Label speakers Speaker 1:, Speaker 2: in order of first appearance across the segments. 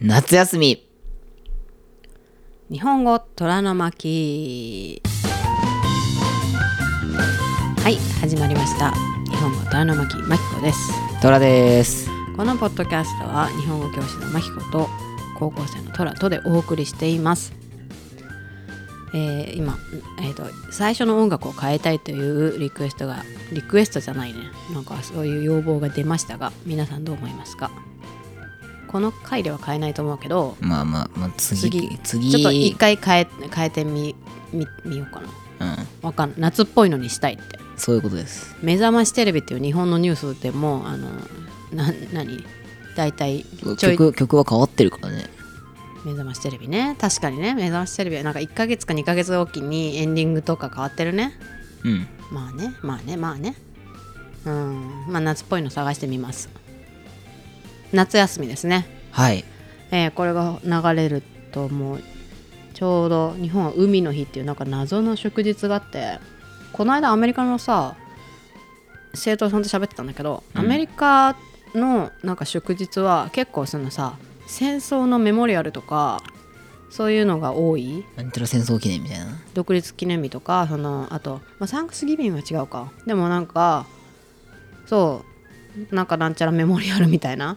Speaker 1: 夏休み
Speaker 2: 日本語虎の巻はい始まりました日本語虎の巻まきこです
Speaker 1: トラです
Speaker 2: このポッドキャストは日本語教師のまきこと高校生の虎とでお送りしていますえー今、えーと最初の音楽を変えたいというリクエストがリクエストじゃないねなんかそういう要望が出ましたが皆さんどう思いますかこの回では変えないと思うけど
Speaker 1: まあまあ、まあ、次
Speaker 2: 次
Speaker 1: 次
Speaker 2: ちょっと一回変え変えてみみみようかな
Speaker 1: うん、
Speaker 2: わかんない夏っぽいのにしたいって
Speaker 1: そういうことです
Speaker 2: 目覚ましテレビっていう日本のニュースでもあのな何大体ちょい
Speaker 1: 曲曲は変わってるからね
Speaker 2: 目覚ましテレビね確かにね目覚ましテレビはなんか1ヶ月か2ヶ月おきにエンディングとか変わってるね
Speaker 1: うん
Speaker 2: まあねまあねまあねうんまあ夏っぽいの探してみます夏休みですね
Speaker 1: はい
Speaker 2: えーこれが流れるともうちょうど日本は海の日っていうなんか謎の祝日があってこの間アメリカのさ生徒さんと喋ってたんだけど、
Speaker 1: うん
Speaker 2: アメリカのなんか祝日は結構そのさ戦争のメモリアルとかそういうのが多い
Speaker 1: なんちゃら戦争記念みたいな
Speaker 2: 独立記念日とかそのあと、まあ、サンクスギビングは違うかでもなんかそうなんかなんちゃらメモリアルみたいな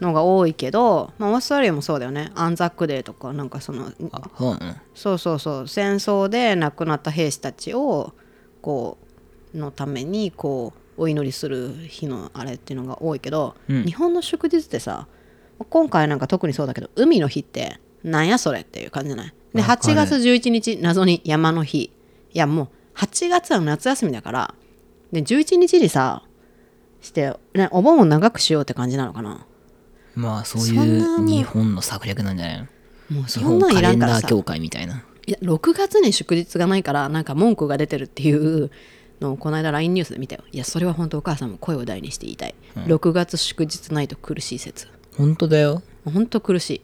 Speaker 2: のが多いけど、まあ、オーストラリアもそうだよねアンザックデーとかなんかその
Speaker 1: あそうなの
Speaker 2: そうそうそう戦争で亡くなった兵士たちをこうのためにこうお祈りする日のあれっていうのが多いけど、
Speaker 1: うん
Speaker 2: 日本の祝日ってさ今回なんか特にそうだけど海の日ってなんやそれっていう感じじゃないで
Speaker 1: わかる
Speaker 2: 8月11日謎に山の日いやもう8月は夏休みだからで11日にさして、ね、お盆を長くしようって感じなのかな
Speaker 1: まあそう
Speaker 2: そん
Speaker 1: い
Speaker 2: なも
Speaker 1: う
Speaker 2: う
Speaker 1: 日本の策略なんじゃないの
Speaker 2: もう
Speaker 1: 日
Speaker 2: そん
Speaker 1: 本
Speaker 2: なん
Speaker 1: カ
Speaker 2: いら
Speaker 1: レ
Speaker 2: ん
Speaker 1: ン
Speaker 2: から
Speaker 1: ダ
Speaker 2: さ
Speaker 1: ー協会みたいない
Speaker 2: や6月に祝日がないからなんか文句が出てるっていうのをこの間 LINE ニュースで見たよいやそれは本当お母さんも声を大にして言いたい、6月祝日ないと苦しい説
Speaker 1: 本当だよ
Speaker 2: 本当苦し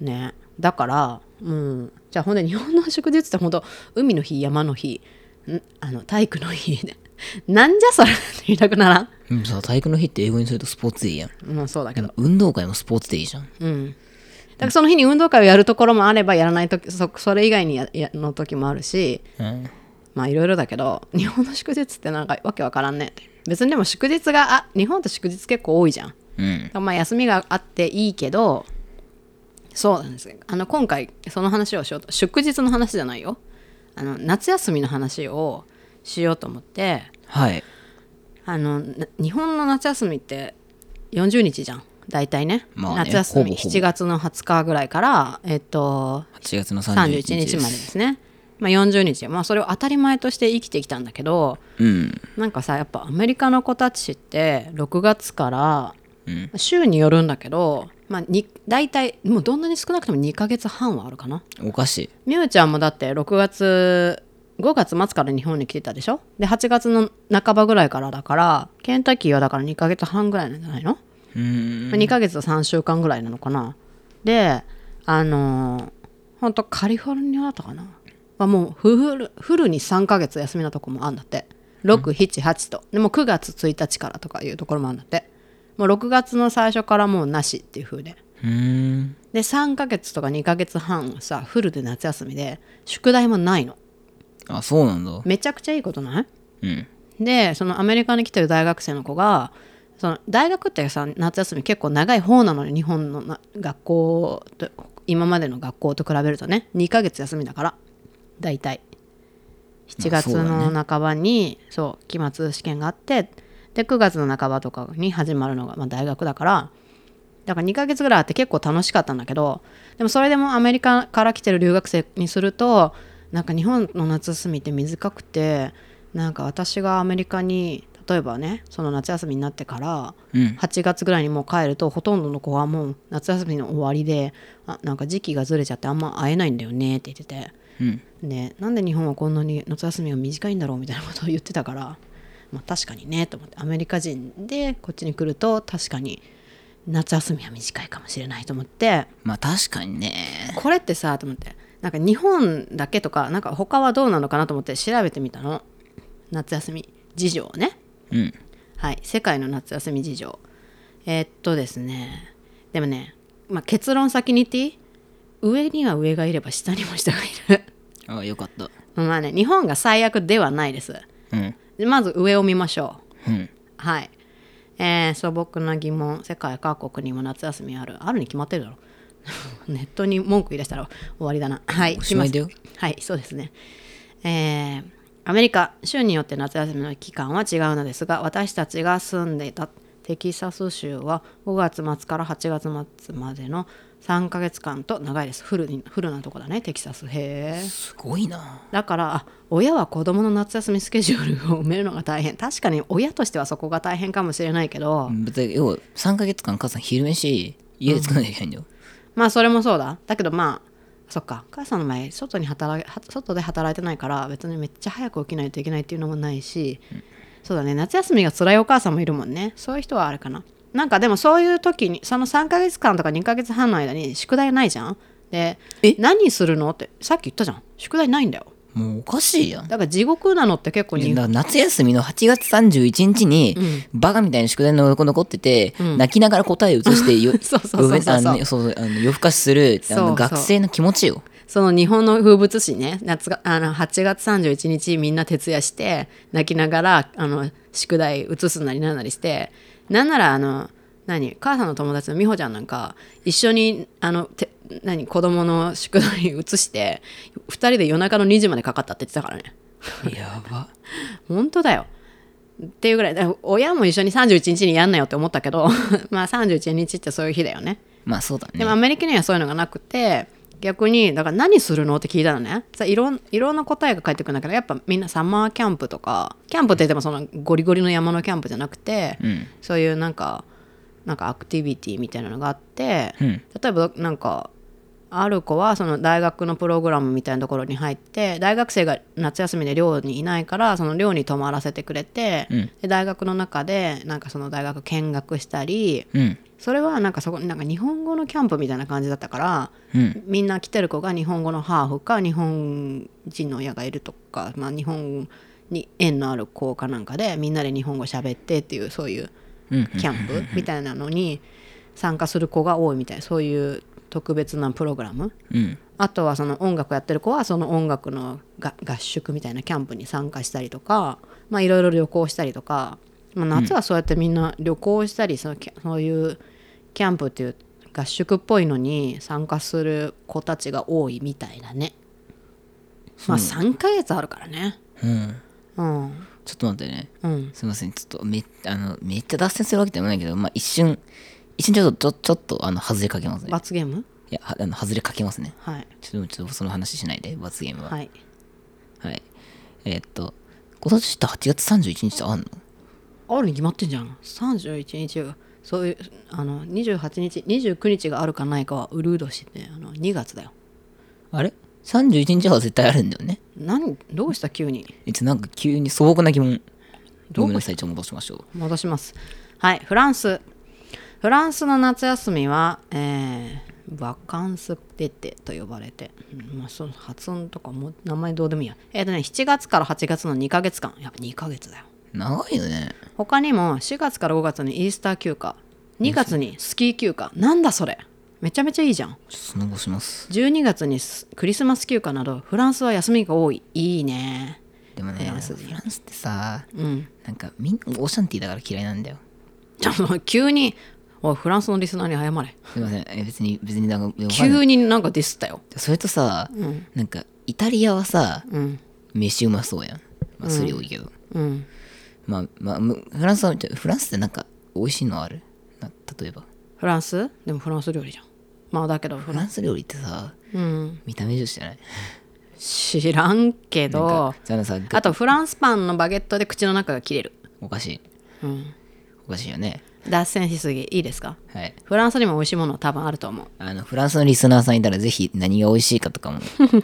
Speaker 2: いねだからうんじゃあほんで日本の祝日って本当海の日山の日んあの体育の日 なんじゃそれって言いたくならん
Speaker 1: うんさ体育の日って英語にするとスポーツデーやん
Speaker 2: まあそうだけ
Speaker 1: で
Speaker 2: ど
Speaker 1: も運動会もスポーツデーじゃん
Speaker 2: うんだからその日に運動会をやるところもあればやらないときそそれ以外にややの時もあるし
Speaker 1: うん
Speaker 2: まあいろいろだけど 日本の祝日ってなんかわけわからんね別にでも祝日があ日本って祝日結構多いじゃんだか
Speaker 1: うん
Speaker 2: らまあ休みがあっていいけどそうなんですよあの今回その話をしようと祝日の話じゃないよあの夏休みの話をしようと思って
Speaker 1: はい
Speaker 2: あのな日本の夏休みって40日じゃん大体ね,、
Speaker 1: まあね
Speaker 2: 夏休み
Speaker 1: ほぼほぼ
Speaker 2: 7月の20日ぐらいからえっと
Speaker 1: 8月の31
Speaker 2: 31
Speaker 1: 日
Speaker 2: 日までですね、まあ、40日まあそれを当たり前として生きてきたんだけど
Speaker 1: うん
Speaker 2: なんかさやっぱアメリカの子たちって6月から
Speaker 1: うん
Speaker 2: 週によるんだけど、まあ、に大体もうどんなに少なくとも2ヶ月半はあるかな
Speaker 1: おかしい
Speaker 2: みゆちゃんもだって6月5月末から日本に来てたでしょで8月の半ばぐらいからだからケンタッキーはだから2ヶ月半ぐらいなんじゃないの
Speaker 1: うーん
Speaker 2: まあ2ヶ月と3週間ぐらいなのかなであのー、ほんとカリフォルニアだったかな、まあ、もうフルフルに3ヶ月休みなとこもあんだって678とでもう9月1日からとかいうところもあんだってもう6月の最初からもうなしっていう風で
Speaker 1: うーん
Speaker 2: で3ヶ月とか2ヶ月半さフルで夏休みで宿題もないの
Speaker 1: あそうなんだ
Speaker 2: めちゃくちゃいいことない
Speaker 1: うん
Speaker 2: でそのアメリカに来てる大学生の子がその大学ってさ夏休み結構長い方なのに日本のな学校と今までの学校と比べるとね2ヶ月休みだから大体7
Speaker 1: まあ
Speaker 2: 月
Speaker 1: そうだね
Speaker 2: の半ばにそう,、期末試験があってで9月の半ばとかに始まるのが、まあ、大学だからだから2ヶ月ぐらいあって結構楽しかったんだけどでもそれでもアメリカから来てる留学生にするとなんか日本の夏休みって短くてなんか私がアメリカに例えばねその夏休みになってから
Speaker 1: うん
Speaker 2: 8月ぐらいにもう帰るとほとんどの子はもう夏休みの終わりであなんか時期がずれちゃってあんま会えないんだよねって言ってて
Speaker 1: うん
Speaker 2: ねなんで日本はこんなに夏休みが短いんだろうみたいなことを言ってたから、まあ、確かにねと思ってアメリカ人でこっちに来ると確かに夏休みは短いかもしれないと思って
Speaker 1: まあ確かにね
Speaker 2: これってさと思ってなんか日本だけとかなんか他はどうなのかなと思って調べてみたの夏休み事情をね
Speaker 1: うん
Speaker 2: はい世界の夏休み事情えーっとですねでもねまあ、結論先に言っていい上には上がいれば下にも下がいる
Speaker 1: あよかった
Speaker 2: まあね日本が最悪ではないです
Speaker 1: うん
Speaker 2: でまず上を見ましょう
Speaker 1: うん
Speaker 2: はいえー、素朴な疑問世界各国にも夏休みあるあるに決まってるだろ ネットに文句言い出したら終わりだなはい
Speaker 1: おしまいだよ
Speaker 2: 行きますはいそうですねえーアメリカ州によって夏休みの期間は違うのですが私たちが住んでいたテキサス州は5月末から8月末までの3ヶ月間と長いですフルにフルなとこだねテキサスへえ
Speaker 1: すごいな
Speaker 2: だからあ親は子供の夏休みスケジュールを埋めるのが大変確かに親としてはそこが大変かもしれないけど、
Speaker 1: 別に要は3ヶ月間母さん昼飯家で作らなきゃいけないんだよ、
Speaker 2: まあそれもそうだだけどまあそっか母さんの前外に働いは外で働いてないから別にめっちゃ早く起きないといけないっていうのもないし、そうだね夏休みが辛いお母さんもいるもんねそういう人はあれかななんかでもそういう時にその3ヶ月間とか2ヶ月半の間に宿題ないじゃんで何するのってさっき言ったじゃん宿題ないんだよ
Speaker 1: もうおかしいやん
Speaker 2: だから地獄なのって結構
Speaker 1: い
Speaker 2: 日
Speaker 1: や
Speaker 2: 本
Speaker 1: だから夏休みの8月31日に、バカみたいな宿題の横残ってて、泣きながら答えを写してよ
Speaker 2: そうそうそうそうそう
Speaker 1: あのねそうそうあの夜更かしするあ
Speaker 2: そうそ
Speaker 1: の
Speaker 2: う
Speaker 1: 学生の気持 ちよ
Speaker 2: その日本の風物詩ね夏があの8月31日みんな徹夜して泣きながらあの宿題移すなりなんなりしてなんならあの何母さんの友達の美穂ちゃんなんか一緒にあのて何子供の宿題移して2人で夜中の2時までかかったって言ってたからね
Speaker 1: やば
Speaker 2: 本当だよっていうぐらいだから親も一緒に31日にやんなよって思ったけど まあ31日ってそういう日だよね
Speaker 1: まあそうだ
Speaker 2: で
Speaker 1: ね
Speaker 2: もアメリカにはそういうのがなくて逆にだから何するのって聞いたのねさいろんいろんな答えが返ってくるんだけどやっぱみんなサマーキャンプとかキャンプって言ってもそのゴリゴリの山のキャンプじゃなくて、
Speaker 1: うん
Speaker 2: そういうなんかなんかアクティビティみたいなのがあって、
Speaker 1: うん
Speaker 2: 例えばなんかある子はその大学のプログラムみたいなところに入って大学生が夏休みで寮にいないからその寮に泊まらせてくれて、
Speaker 1: うん
Speaker 2: で大学の中でなんかその大学見学したり、
Speaker 1: うん
Speaker 2: それはなんかそこなんか日本語のキャンプみたいな感じだったから、
Speaker 1: うん
Speaker 2: みんな来てる子が日本語のハーフか日本人の親がいるとか、まあ、日本に縁のある子かなんかでみんなで日本語喋ってっていうそういう
Speaker 1: うん
Speaker 2: キャンプみたいなのに参加する子が多いみたいそういう特別なプログラム
Speaker 1: うん
Speaker 2: あとはその音楽やってる子はその音楽のが合宿みたいなキャンプに参加したりとかまあいろいろ旅行したりとか、まあ、夏はそうやってみんな旅行したりそのキャそういうキャンプっていう合宿っぽいのに参加する子たちが多いみたいだねまあ3ヶ月あるからね
Speaker 1: うん
Speaker 2: うん
Speaker 1: ちょっと待ってね
Speaker 2: うん
Speaker 1: すいませんちょっとめあのめっちゃ脱線するわけでもないけどまあ一瞬一瞬ちょっとちょちょっとあの外れかけますね
Speaker 2: 罰ゲーム
Speaker 1: いやはあの外れかけますね
Speaker 2: はい
Speaker 1: ちょっとちょっとその話しないで罰ゲームは
Speaker 2: はい
Speaker 1: はい。えーっと、今年って8月31日ってあんの
Speaker 2: あるに決まってんじゃん31日がそういうあの28日29日があるかないかはうるう年であの2月だよ
Speaker 1: あれ ?31 日は絶対あるんだよね。
Speaker 2: 何どうした急に
Speaker 1: え、ちょなんか急に素朴な疑問。
Speaker 2: どう
Speaker 1: ごめんなさい、ちょっと戻しましょう。
Speaker 2: 戻しますはいフランスフランスの夏休みは、えーバカンスデテと呼ばれて、うんまあ、その発音とかも名前どうでもいいやえっ、とね7月から8月の2ヶ月間やっぱ2ヶ月だよ
Speaker 1: 長いよね。
Speaker 2: 他にも4月から5月にイースター休暇2月にスキー休暇なんだそれめちゃめちゃいいじゃん
Speaker 1: ちょっとその後します。
Speaker 2: 12月にスクリスマス休暇などフランスは休みが多いいいね
Speaker 1: でもね、
Speaker 2: フ
Speaker 1: フ
Speaker 2: ラ
Speaker 1: ラ
Speaker 2: ン
Speaker 1: ン
Speaker 2: ス
Speaker 1: ス
Speaker 2: 人
Speaker 1: ってさ、
Speaker 2: うん
Speaker 1: なんかみんなオーシャンティーだから嫌いなんだよ。
Speaker 2: ちょっと急においフランスのリスナーに謝れ
Speaker 1: すいません、え別に、別になんか、わかんない
Speaker 2: 急になんかディスったよ
Speaker 1: それとさ、なんかイタリアはさ、
Speaker 2: うん
Speaker 1: 飯うまそうやん。まあ、それ多いけど。
Speaker 2: うん
Speaker 1: まあ、まあ、むフランスは、ちょフランスってなんか美味しいのあるな例えば。
Speaker 2: フランスでもフランス料理じゃんまあだけどフ
Speaker 1: フ
Speaker 2: ラン
Speaker 1: ランス料理ってさ、
Speaker 2: うん
Speaker 1: 見た目重視じゃない
Speaker 2: 知らんけ
Speaker 1: なん
Speaker 2: ど
Speaker 1: かじゃあさが
Speaker 2: あとフランスパンのバゲットで口の中が切れる
Speaker 1: おかしい
Speaker 2: うん
Speaker 1: おかしいよね
Speaker 2: 脱線しすぎいいですか
Speaker 1: はい
Speaker 2: フランスにも美味しいもの多分あると思う
Speaker 1: あのフランスのリスナーさんいたらぜひ何が美味しいかと かも教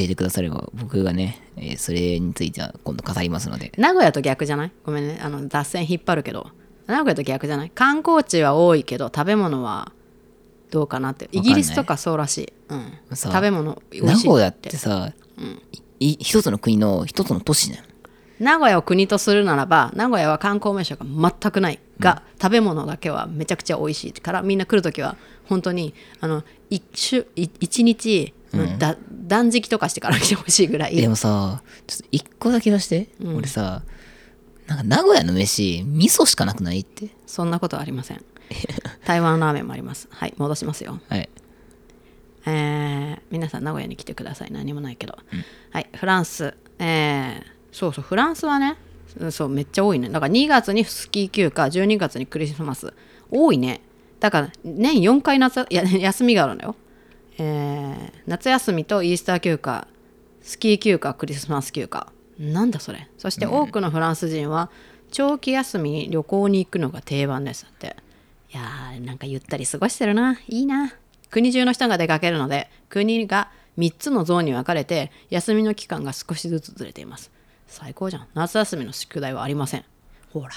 Speaker 1: えてくだされば僕がね、えーそれについては今度語りますので
Speaker 2: 名古屋と逆じゃないごめんねあの脱線引っ張るけど名古屋と逆じゃない観光地は多いけど食べ物はどうかなってイギリスとかそうらしい、うん、
Speaker 1: そう
Speaker 2: 食べ物美
Speaker 1: 名
Speaker 2: 味しい
Speaker 1: 古屋ってさ、いい一つの国の一つの都市じゃん
Speaker 2: 名古屋を国とするならば名古屋は観光名所が全くないが、食べ物だけはめちゃくちゃ美味しいからみんな来る時は本当にあの一週い一日、だ断食とかしてから来てほしいぐらい
Speaker 1: でもさちょっと一個だけ出して、俺さなんか名古屋の飯味噌しかなくないって
Speaker 2: そんなことはありません台湾ラーメンもありますはい戻しますよ
Speaker 1: はい
Speaker 2: えー皆さん名古屋に来てください何もないけど、はいフランスえーそうそうフランスはねうんそうめっちゃ多いねだから2月にスキー休暇12月にクリスマス多いねだから年4回夏や 休みがあるのよ、えー夏休みとイースター休暇スキー休暇クリスマス休暇なんだそれそして多くのフランス人は長期休みに旅行に行くのが定番ですっていやーなんかゆったり過ごしてるないいな国中の人が出かけるので国が3つのゾーンに分かれて休みの期間が少しずつずれています最高じゃん夏休みの宿題はありませんほら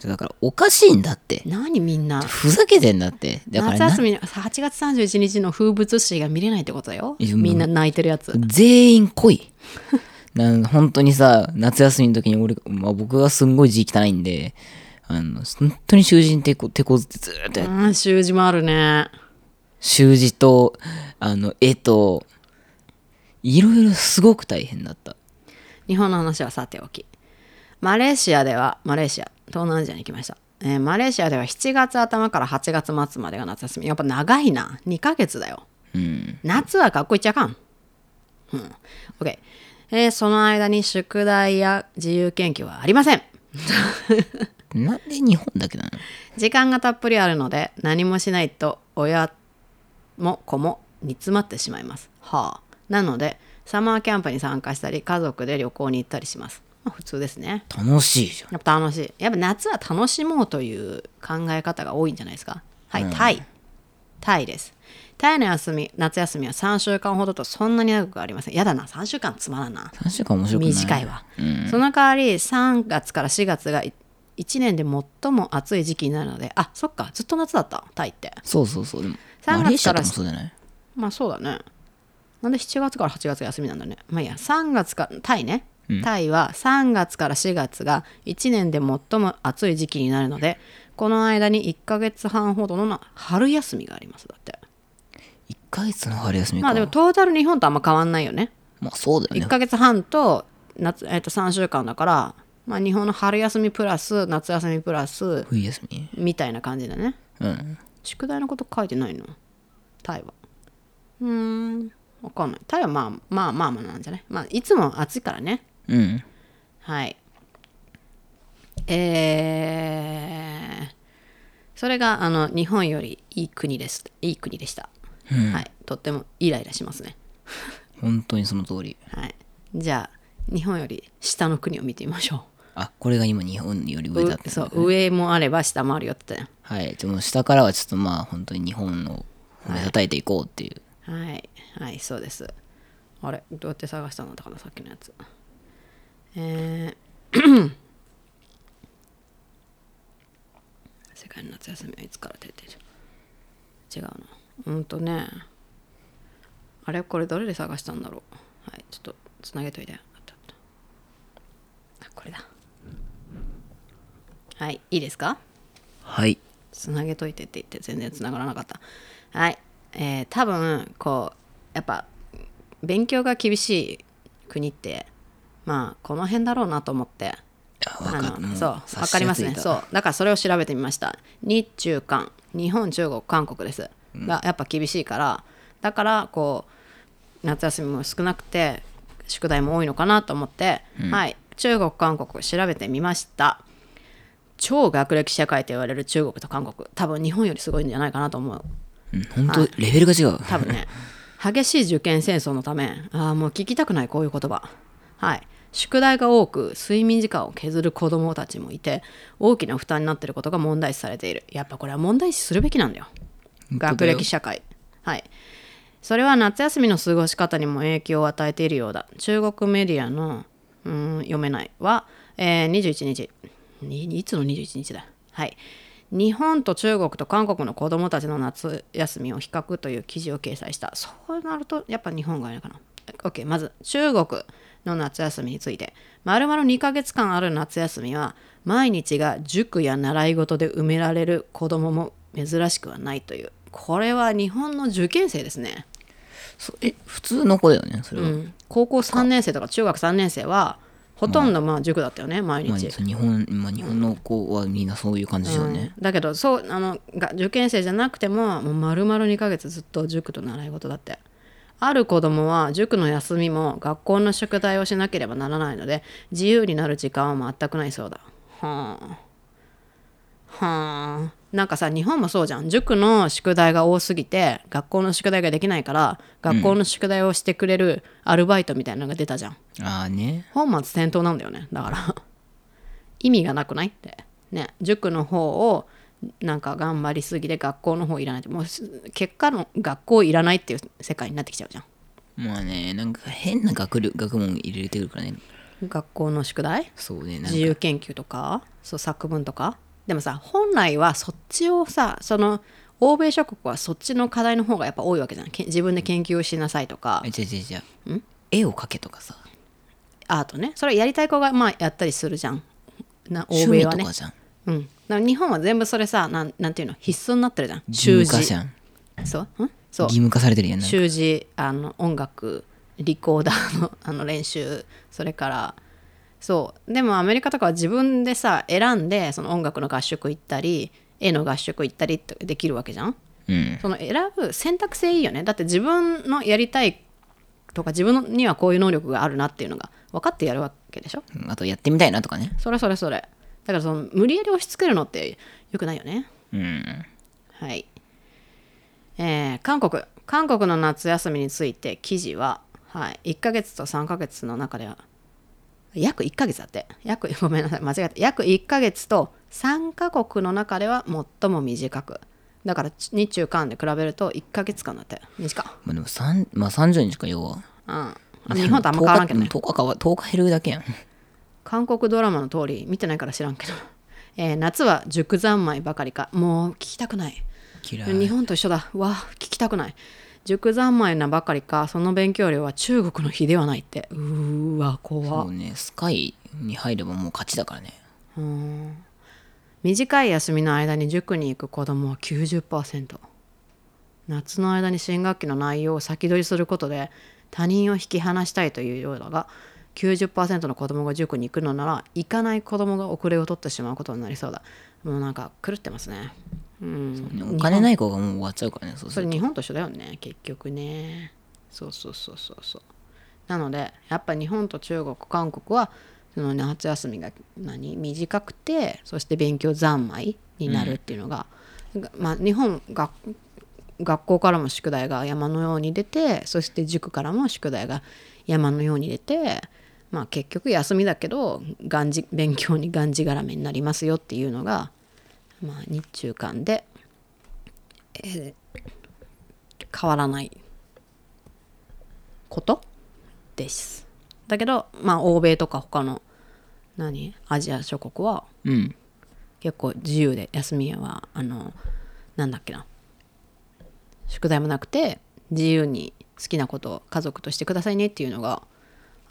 Speaker 1: ちょだからおかしいんだって
Speaker 2: 何みん な
Speaker 1: ふざけてんだってだから
Speaker 2: 夏
Speaker 1: な
Speaker 2: 休みに8月31日の風物詩が見れないってことだよ
Speaker 1: いや
Speaker 2: みんな泣いてるやつ
Speaker 1: 全員来いなん本当にさ夏休みの時に俺が、まあ、僕がすんごい字汚いんであの本当に囚人手こ手こずってずーっとやっ
Speaker 2: うん習字もあるね
Speaker 1: 習字とあの絵といろいろすごく大変だった
Speaker 2: 日本の話はさておきマレーシアではマレーシア東南アジアに来ました、えーマレーシアでは7月頭から8月末までが夏休みやっぱ長いな2ヶ月だよ
Speaker 1: うん
Speaker 2: 夏は学校行っちゃあかん。うん。OK。えーその間に宿題や自由研究はありません。
Speaker 1: なんで日本だけなの
Speaker 2: 時間がたっぷりあるので何もしないと親も子も煮詰まってしまいます。はあ。なのでサマーキャンプに参加したり家族で旅行に行ったりします。まあ、普通ですね。
Speaker 1: 楽しいじゃん
Speaker 2: やっぱ楽しい。やっぱ夏は楽しもうという考え方が多いんじゃないですか。はい、タイ。タイです。タイの休み、夏休みは3週間ほどとそんなに長くありません。やだな、3週間つまらんな。
Speaker 1: 3週間面白くない
Speaker 2: 短いわ、その代わり3月から4月が1年で最も暑い時期になるのであそっかずっと夏だったタイって
Speaker 1: そうそうそうでも
Speaker 2: 3
Speaker 1: マレーシア
Speaker 2: 月から
Speaker 1: とかもそうじゃない
Speaker 2: まあそうだねなんで7月から8月が休みなんだねまあいいや3月かタイね、タイは3月から4月が1年で最も暑い時期になるのでこの間に1ヶ月半ほどの春休みがありますだって
Speaker 1: 1ヶ月の春休みか
Speaker 2: まあでもトータル日本とあんま変わんないよね
Speaker 1: まあそうだよ
Speaker 2: 1
Speaker 1: ね
Speaker 2: ヶ月半と夏、えっと3週間だから、まあ、日本の春休みプラス夏休みプラス
Speaker 1: 冬休み
Speaker 2: みたいな感じだね
Speaker 1: うん
Speaker 2: 宿題のこと書いてないのタイはうーんわかんないタイはまあまあまあまあなんじゃないまあいつも暑いからね
Speaker 1: うん
Speaker 2: はいえー、それがあの日本よりいい国ですいい国でした、はいとってもイライラしますね
Speaker 1: 本当にその通り
Speaker 2: はい、じゃあ日本より下の国を見てみましょ
Speaker 1: あこれが今日本より
Speaker 2: う
Speaker 1: 上だって
Speaker 2: そう上もあれば下もあるよって言った
Speaker 1: はいでも下からはちょっとまあ本当に日本を褒めたたいていこうっていう、
Speaker 2: じゃんはいはいそうですあれどうやって探したんだったかなさっきのやつえー 世界の夏休みはいつから出てる違うなうんとねあれこれどれで探したんだろうはいちょっとつなげといてあったあったあこれだはいいいですか
Speaker 1: はい
Speaker 2: つなげといてって言って全然つながらなかったはいえー多分こうやっぱ勉強が厳しい国ってまあこの辺だろうなと思って
Speaker 1: あ
Speaker 2: あ
Speaker 1: わか
Speaker 2: の
Speaker 1: も
Speaker 2: そうわかりますねそうだからそれを調べてみました日中韓日本中国韓国ですがやっぱ厳しいからだからこう夏休みも少なくて宿題も多いのかなと思って、はい中国韓国調べてみました超学歴社会と言われる中国と韓国多分日本よりすごいんじゃないかなと思う
Speaker 1: うん本当レベルが違う
Speaker 2: 多分ね激しい受験戦争のためああもう聞きたくないこういう言葉はい宿題が多く睡眠時間を削る子どもたちもいて大きな負担になっていることが問題視されているやっぱこれは問題視するべきなんだよ学歴社会はいそれは夏休みの過ごし方にも影響を与えているようだ中国メディアのうーん読めないは、えー21日にいつの21日だはい日本と中国と韓国の子どもたちの夏休みを比較という記事を掲載したそうなるとやっぱ日本がいいのかな OK まず中国の夏休みについて丸々2ヶ月間ある夏休みは毎日が塾や習い事で埋められる子供も珍しくはないというこれは日本の受験生ですね、
Speaker 1: そえ普通の子だよねそれ
Speaker 2: う
Speaker 1: は、
Speaker 2: ん、高校3年生とか中学3年生はほとんどまあ塾だったよね毎
Speaker 1: まあ、
Speaker 2: 日、
Speaker 1: そう日本まあ日本の子はみんなそういう感じだよね、
Speaker 2: うんだけどそうあのが受験生じゃなくてももう丸々2ヶ月ずっと塾と習い事だってある子供は塾の休みも学校の宿題をしなければならないので自由になる時間は全くないそうだはあはあなんかさ日本もそうじゃん塾の宿題が多すぎて学校の宿題ができないから学校の宿題をしてくれるアルバイトみたいなのが出たじゃん、
Speaker 1: ああね
Speaker 2: 本末転倒なんだよねだから 意味がなくないってね塾の方をなんか頑張りすぎで学校の方いらないってもうす結果の学校いらないっていう世界になってきちゃうじゃん
Speaker 1: まあねなんか変な学力学問入れてくるからね
Speaker 2: 学校の宿題
Speaker 1: そうねなん
Speaker 2: 自
Speaker 1: か
Speaker 2: 由研究とかそう作文とかでもさ本来はそっちをさその欧米諸国はそっちの課題の方がやっぱ多いわけじゃんけ自分で研究をしなさいとか
Speaker 1: え違う違う違う絵を描けとかさ
Speaker 2: アートねそれやりたい子がまあやったりするじゃんな欧
Speaker 1: 趣
Speaker 2: 米
Speaker 1: 味
Speaker 2: は
Speaker 1: と
Speaker 2: ね
Speaker 1: かじゃん、
Speaker 2: うん、だから日本は全部それさなんなんていうの必須になってるじゃん
Speaker 1: 義務化じゃん
Speaker 2: そう,、ん、そう
Speaker 1: 義務化されてるやんなんか
Speaker 2: 習字あの音楽リコーダーの あの練習それからそうでもアメリカとかは自分でさ選んでその音楽の合宿行ったり絵の合宿行ったりってできるわけじゃん
Speaker 1: うん
Speaker 2: その選ぶ選択性いいよねだって自分のやりたいとか自分にはこういう能力があるなっていうのが分かってやるわけでしょ
Speaker 1: あとやってみたいなとかね
Speaker 2: それそれそれだからその無理やり押し付けるのってよくないよね
Speaker 1: うん
Speaker 2: はい。えー韓国。韓国の夏休みについて記事は、はい、1ヶ月と3ヶ月の中では、約1ヶ月だって。約、 ごめんなさい、間違えた。約1ヶ月と3カ国の中では最も短く。だから、ち日中韓で比べると1ヶ月間だって。短っ。
Speaker 1: まあでも3まあ30日か要は
Speaker 2: うん。日本とあんま変わらんけどね。
Speaker 1: 10日かわ10日減るだけやん
Speaker 2: 韓国ドラマの通り、見てないから知らんけど。 えー夏は熟三昧ばかりか。もう聞きたくない。
Speaker 1: 嫌い
Speaker 2: 日本と一緒だわあ聞きたくない塾三昧なばかりかその勉強量は中国の比ではないってうーわ
Speaker 1: も
Speaker 2: 怖っ
Speaker 1: うねスカイに入ればもう勝ちだからね
Speaker 2: うん短い休みの間に塾に行く子どもは90%夏の間に新学期の内容を先取りすることで他人を引き離したいというようだが90%の子どもが塾に行くのなら行かない子どもが遅れを取ってしまうことになりそうだもうなんか狂ってますねうん
Speaker 1: ねお金ない子がもう終わっちゃうからねそうす
Speaker 2: そ
Speaker 1: る
Speaker 2: れ日本と一緒だよね結局ねそうそうそうそうそうなのでやっぱ日本と中国韓国はその夏休みが何短くてそして勉強三昧になるっていうのが、がまあ日本が学校からも宿題が山のように出てそして塾からも宿題が山のように出てまあ結局休みだけどがんじ勉強にがんじがらめになりますよっていうのが、まあ、日中間で変わらないことですだけどまあ欧米とか他の何アジア諸国は
Speaker 1: うん
Speaker 2: 結構自由で休みはあのなんだっけな宿題もなくて自由に好きなことを家族としてくださいねっていうのが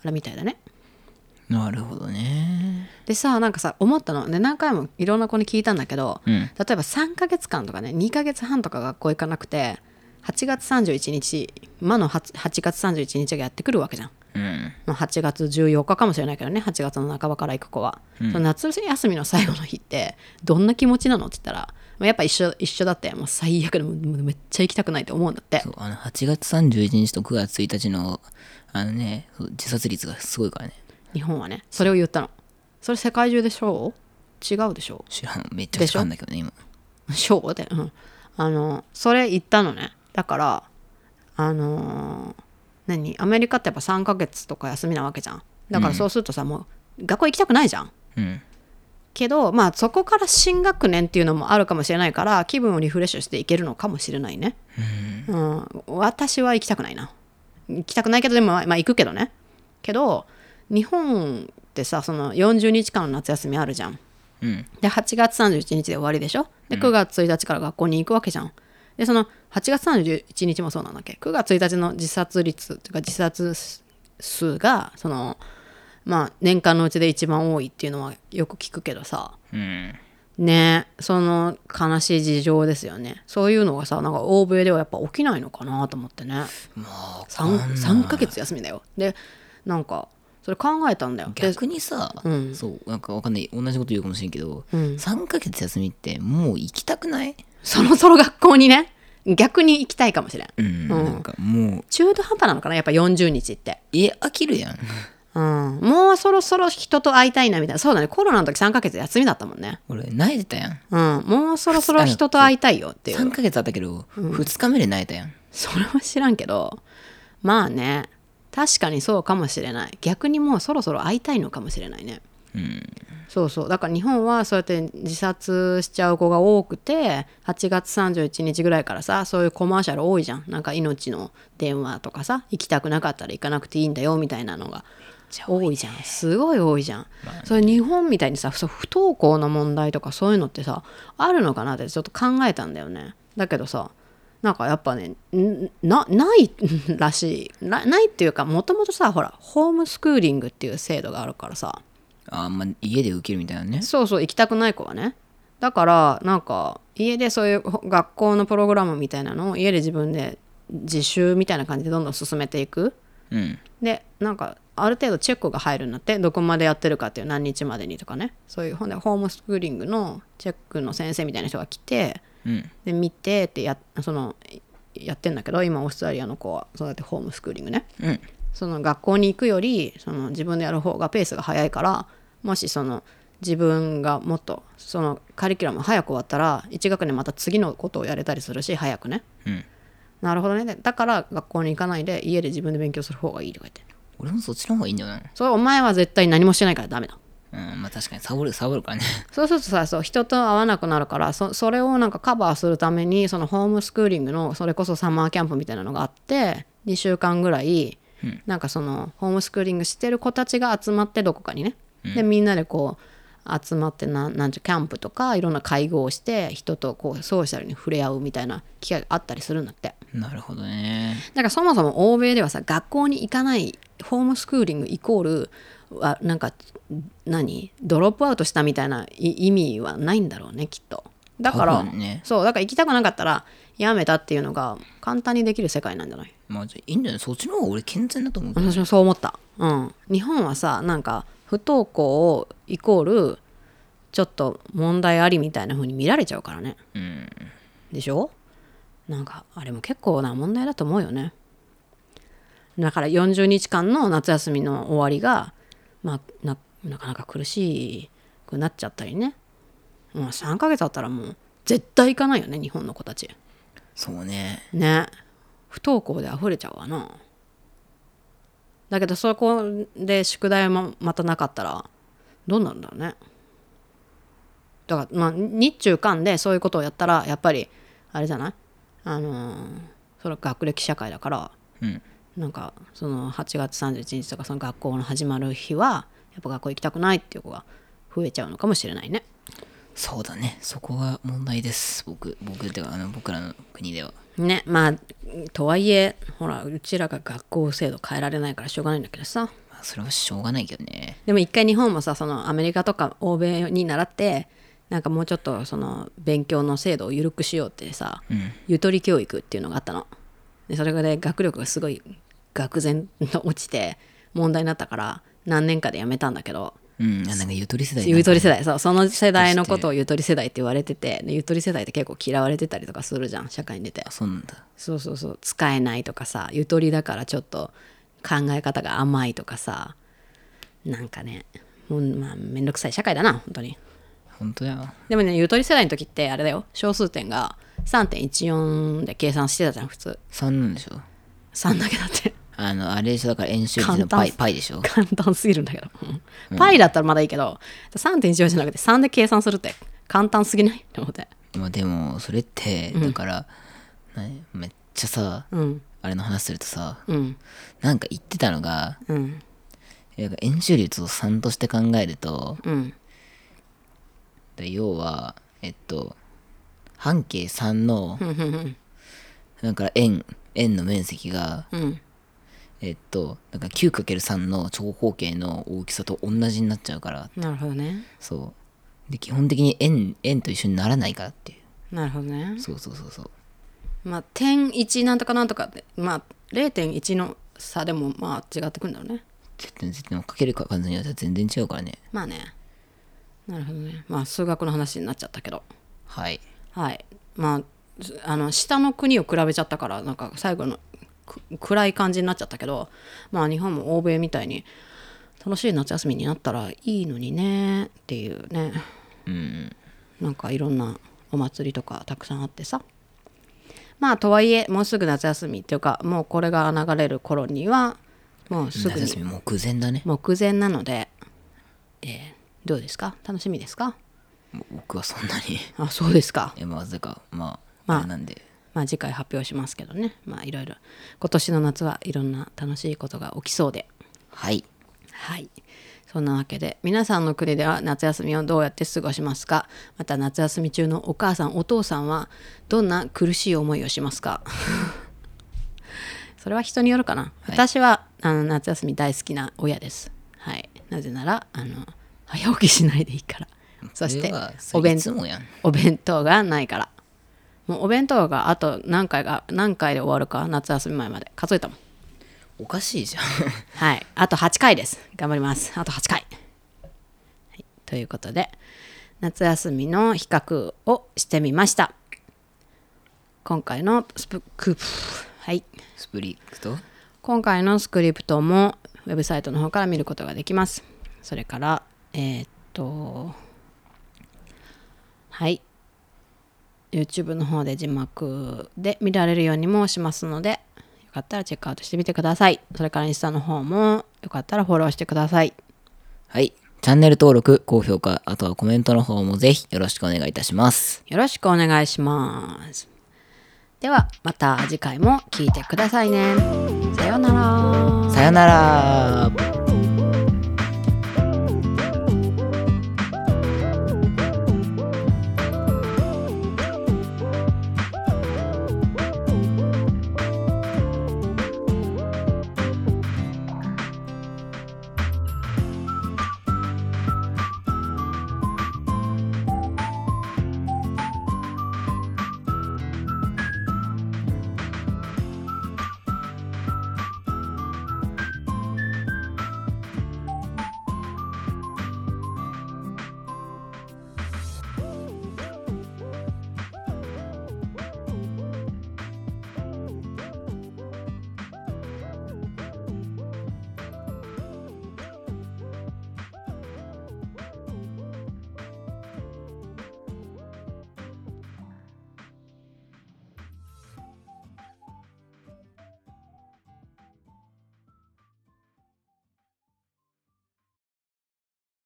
Speaker 2: あれみたいだね
Speaker 1: なるほどね
Speaker 2: でさなんかさ思ったので何回もいろんな子に聞いたんだけど、
Speaker 1: うん
Speaker 2: 例えば3ヶ月間とかね2ヶ月半とか学校行かなくて8月31日魔の 8, 8月31日がやってくるわけじゃん、
Speaker 1: うん
Speaker 2: まあ、8月14日かもしれないけどね8月の半ばから行く子は、その夏休みの最後の日ってどんな気持ちなのって言ったらまあやっぱ一緒一緒だってもう最悪でもうもうめっちゃ行きたくないって思うんだって
Speaker 1: そうあの8月31日と9月1日のあのねそう自殺率がすごいからね
Speaker 2: 日本はねそれを言ったのそれ世界中でしょう違うでしょう
Speaker 1: 知らんめっちゃくちゃあんだけどね今
Speaker 2: ショーで、うん、あのそれ言ったのねだからあのー何アメリカってやっぱ3ヶ月とか休みなわけじゃんだからそうするとさ、もう学校行きたくないじゃん
Speaker 1: うん
Speaker 2: けどまあそこから新学年っていうのもあるかもしれないから気分をリフレッシュしていけるのかもしれないねうん、私は行きたくないな行きたくないけどでもまあまあ行くけどねけど日本ってさその40日間の夏休みあるじゃん
Speaker 1: うん
Speaker 2: で8月31日で終わりでしょで9月1日から学校に行くわけじゃん。でその8月31日もそうなんだっけ9月1日の自殺率というか自殺数がそのまあ年間のうちで一番多いっていうのはよく聞くけどさ
Speaker 1: うん
Speaker 2: ねその悲しい事情ですよねそういうのがさなんか欧米ではやっぱ起きないのかなと思ってね
Speaker 1: まあ
Speaker 2: 3, 3ヶ月休みだよでなんかそれ考えたんだよで
Speaker 1: 逆にさ、
Speaker 2: うん
Speaker 1: そうなんかわかんない同じこと言うかもしれんけど、
Speaker 2: うん
Speaker 1: 3ヶ月休みってもう行きたくない、
Speaker 2: そろそろ学校にね逆に行きたいかもしれん
Speaker 1: うん、なんかもう
Speaker 2: 中途半端なのかなやっぱ40日って
Speaker 1: え飽きるやん
Speaker 2: うんもうそろそろ人と会いたいなみたいなそうだねコロナの時3ヶ月休みだったもんね
Speaker 1: 俺泣いてたやん
Speaker 2: うんもうそろそろ人と会いたいよっていう
Speaker 1: 3ヶ月あったけど、2日目で泣いたやん
Speaker 2: それは知らんけどまあね確かにそうかもしれない逆にもうそろそろ会いたいのかもしれないね
Speaker 1: うん
Speaker 2: そうそうだから日本はそうやって自殺しちゃう子が多くて8月31日ぐらいからさそういうコマーシャル多いじゃんなんか命の電話とかさ行きたくなかったら行かなくていいんだよみたいなのが多いじゃんすごい多いじゃん、それ日本みたいにさそう不登校の問題とかそういうのってさあるのかなってちょっと考えたんだよねだけどさなんかやっぱねんなないらしいなないっていうかもともとさほらホームスクーリングっていう制度があるからさ
Speaker 1: あんまあ、家で受けるみたいなね
Speaker 2: そうそう行きたくない子はねだからなんか家でそういうほ学校のプログラムみたいなのを家で自分で自習みたいな感じでどんどん進めていく
Speaker 1: うん
Speaker 2: でなんかある程度チェックが入るんだってどこまでやってるかっていう何日までにとかねそういうほんでホームスクーリングのチェックの先生みたいな人が来て
Speaker 1: うん
Speaker 2: で見てってやそのやってんだけど今オーストラリアの子はそうやってホームスクーリングね
Speaker 1: うん
Speaker 2: その学校に行くよりその自分でやる方がペースが早いからもしその自分がもっとそのカリキュラム早く終わったら1学年また次のことをやれたりするし早くね
Speaker 1: うん
Speaker 2: なるほどねでだから学校に行かないで家で自分で勉強する方がいいとか言って
Speaker 1: 俺もそっちの方がいいんだよな
Speaker 2: それお前は絶対何もしてないからダメだ
Speaker 1: うんまあ確かにサボるサボるからね
Speaker 2: そうするとさそう人と会わなくなるからそそれをなんかカバーするためにそのホームスクーリングのそれこそサマーキャンプみたいなのがあって2週間ぐらい、なんかそのホームスクーリングしてる子たちが集まってどこかにね、でみんなでこう集まってなんなんていうキャンプとかいろんな会合をして人とこうソーシャルに触れ合うみたいな機会があったりするんだって
Speaker 1: なるほどね
Speaker 2: だからそもそも欧米ではさ学校に行かないホームスクーリングイコールはなんか何ドロップアウトしたみたいない意味はないんだろうねきっとだから、
Speaker 1: 多分ね
Speaker 2: そうだから行きたくなかったらやめたっていうのが簡単にできる世界なんじゃない
Speaker 1: まあじゃあいいんじゃないそっちの方が俺健全だと思うけど
Speaker 2: 私もそう思ったうん日本はさなんか不登校をイコールちょっと問題ありみたいな風に見られちゃうからね
Speaker 1: うん
Speaker 2: でしょなんかあれも結構な問題だと思うよねだから40日間の夏休みの終わりがまあななかなか苦しくなっちゃったりねもう3ヶ月あったらもう絶対行かないよね日本の子たち
Speaker 1: そうね
Speaker 2: ね不登校で溢れちゃうわなだけどそこで宿題もまたなかったらどうなるんだろうねだからまあ日中間でそういうことをやったらやっぱりあれじゃないあのーその学歴社会だから
Speaker 1: うん
Speaker 2: なんかその8月31日とかその学校の始まる日はやっぱ学校行きたくないっていう子が増えちゃうのかもしれないね
Speaker 1: そうだねそこが問題です僕僕てかあの僕らの国では
Speaker 2: ねまあとはいえほらうちらが学校制度変えられないからしょうがないんだけどさ
Speaker 1: まあそれはしょうがないけどね
Speaker 2: でも一回日本もさそのアメリカとか欧米に習ってなんかもうちょっとその勉強の制度を緩くしようってさ、ゆとり教育っていうのがあったのでそれで学力がすごい愕然と落ちて問題になったから何年かでやめたんだけど
Speaker 1: うんあなんかゆとり世代
Speaker 2: ゆとり世代そうその世代のことをゆとり世代って言われててでゆとり世代って結構嫌われてたりとかするじゃん社会に出て
Speaker 1: あそうなんだ
Speaker 2: そうそうそう使えないとかさゆとりだからちょっと考え方が甘いとかさなんかねもうまあめんどくさい社会だな本当に
Speaker 1: 本当だよ
Speaker 2: でもねゆとり世代の時ってあれだよ小数点が3.14で計算してたじゃん普通
Speaker 1: 3なんでしょ
Speaker 2: 3だけだって
Speaker 1: あのあれでしょだから演習時
Speaker 2: 簡
Speaker 1: の
Speaker 2: 単
Speaker 1: パイパイでしょ
Speaker 2: 簡単すぎるんだけど、うんパイだったらまだいいけど3.14じゃなくて3で計算するって簡単すぎないと思って
Speaker 1: まあでもそれってだから、何めっちゃさ、
Speaker 2: うん
Speaker 1: あれの話するとさ
Speaker 2: うん
Speaker 1: なんか言ってたのが
Speaker 2: うん
Speaker 1: なんか円周率を3として考えると
Speaker 2: うん
Speaker 1: で要はえっと半径3の
Speaker 2: うんうん
Speaker 1: だから円円の面積が、
Speaker 2: うん
Speaker 1: えっと、なんか 9×3 の長方形の大きさと同じになっちゃうから、
Speaker 2: なるほどね
Speaker 1: そう。で、基本的に円、円と一緒にならないからってい
Speaker 2: なるほどね
Speaker 1: う。そうそうそうそう。
Speaker 2: まあ点1なんとかなんとかってまあ0.1の差でもまあ違ってくるんだろうね
Speaker 1: 絶対、絶対、かけるか数によっては全然違うからね。
Speaker 2: まあねなるほどねまあ数学の話になっちゃったけど
Speaker 1: はい。
Speaker 2: はいまああの下の国を比べちゃったからなんか最後のく暗い感じになっちゃったけどまあ日本も欧米みたいに楽しい夏休みになったらいいのにねっていうね
Speaker 1: うん。
Speaker 2: なんかいろんなお祭りとかたくさんあってさまあとはいえもうすぐ夏休みっていうかもうこれが流れる頃にはもうすぐ
Speaker 1: 夏
Speaker 2: に
Speaker 1: 休み目前だね。
Speaker 2: 目前なので、えーどうですか楽しみですか
Speaker 1: もう僕はそんなに。
Speaker 2: あそうですか
Speaker 1: え、まあ、ぜか、まあ、
Speaker 2: まあ
Speaker 1: あれなんで。
Speaker 2: まあ次回発表しますけどねまあいろいろ今年の夏はいろんな楽しいことが起きそうで
Speaker 1: はい。
Speaker 2: はいそんなわけで皆さんの国では夏休みをどうやって過ごしますかまた夏休み中のお母さんお父さんはどんな苦しい思いをしますか それは人によるかな、
Speaker 1: はい
Speaker 2: 私はあの夏休み大好きな親ですはいなぜならあの早起きしないでいいからそし
Speaker 1: それ
Speaker 2: て
Speaker 1: はそ
Speaker 2: お
Speaker 1: れ
Speaker 2: 弁
Speaker 1: いつもやん。
Speaker 2: お弁当がないからもうお弁当があと何回が何回で終わるか夏休み前まで数えたもん
Speaker 1: おかしいじゃん。
Speaker 2: はいあと8回です頑張りますあと8回、はいということで夏休みの比較をしてみました今回のスプクはい
Speaker 1: スプリックと
Speaker 2: 今回のスクリプトもウェブサイトの方から見ることができます。それから、えーっと、はい。YouTube の方で字幕で見られるようにもしますので、よかったらチェックアウトしてみてください。それからインスタの方もよかったらフォローしてください。
Speaker 1: はい。チャンネル登録、高評価、あとはコメントの方もぜひよろしくお願いいたします。
Speaker 2: よろしくお願いします。では、また次回も聞いてくださいね。さようなら。
Speaker 1: さよなら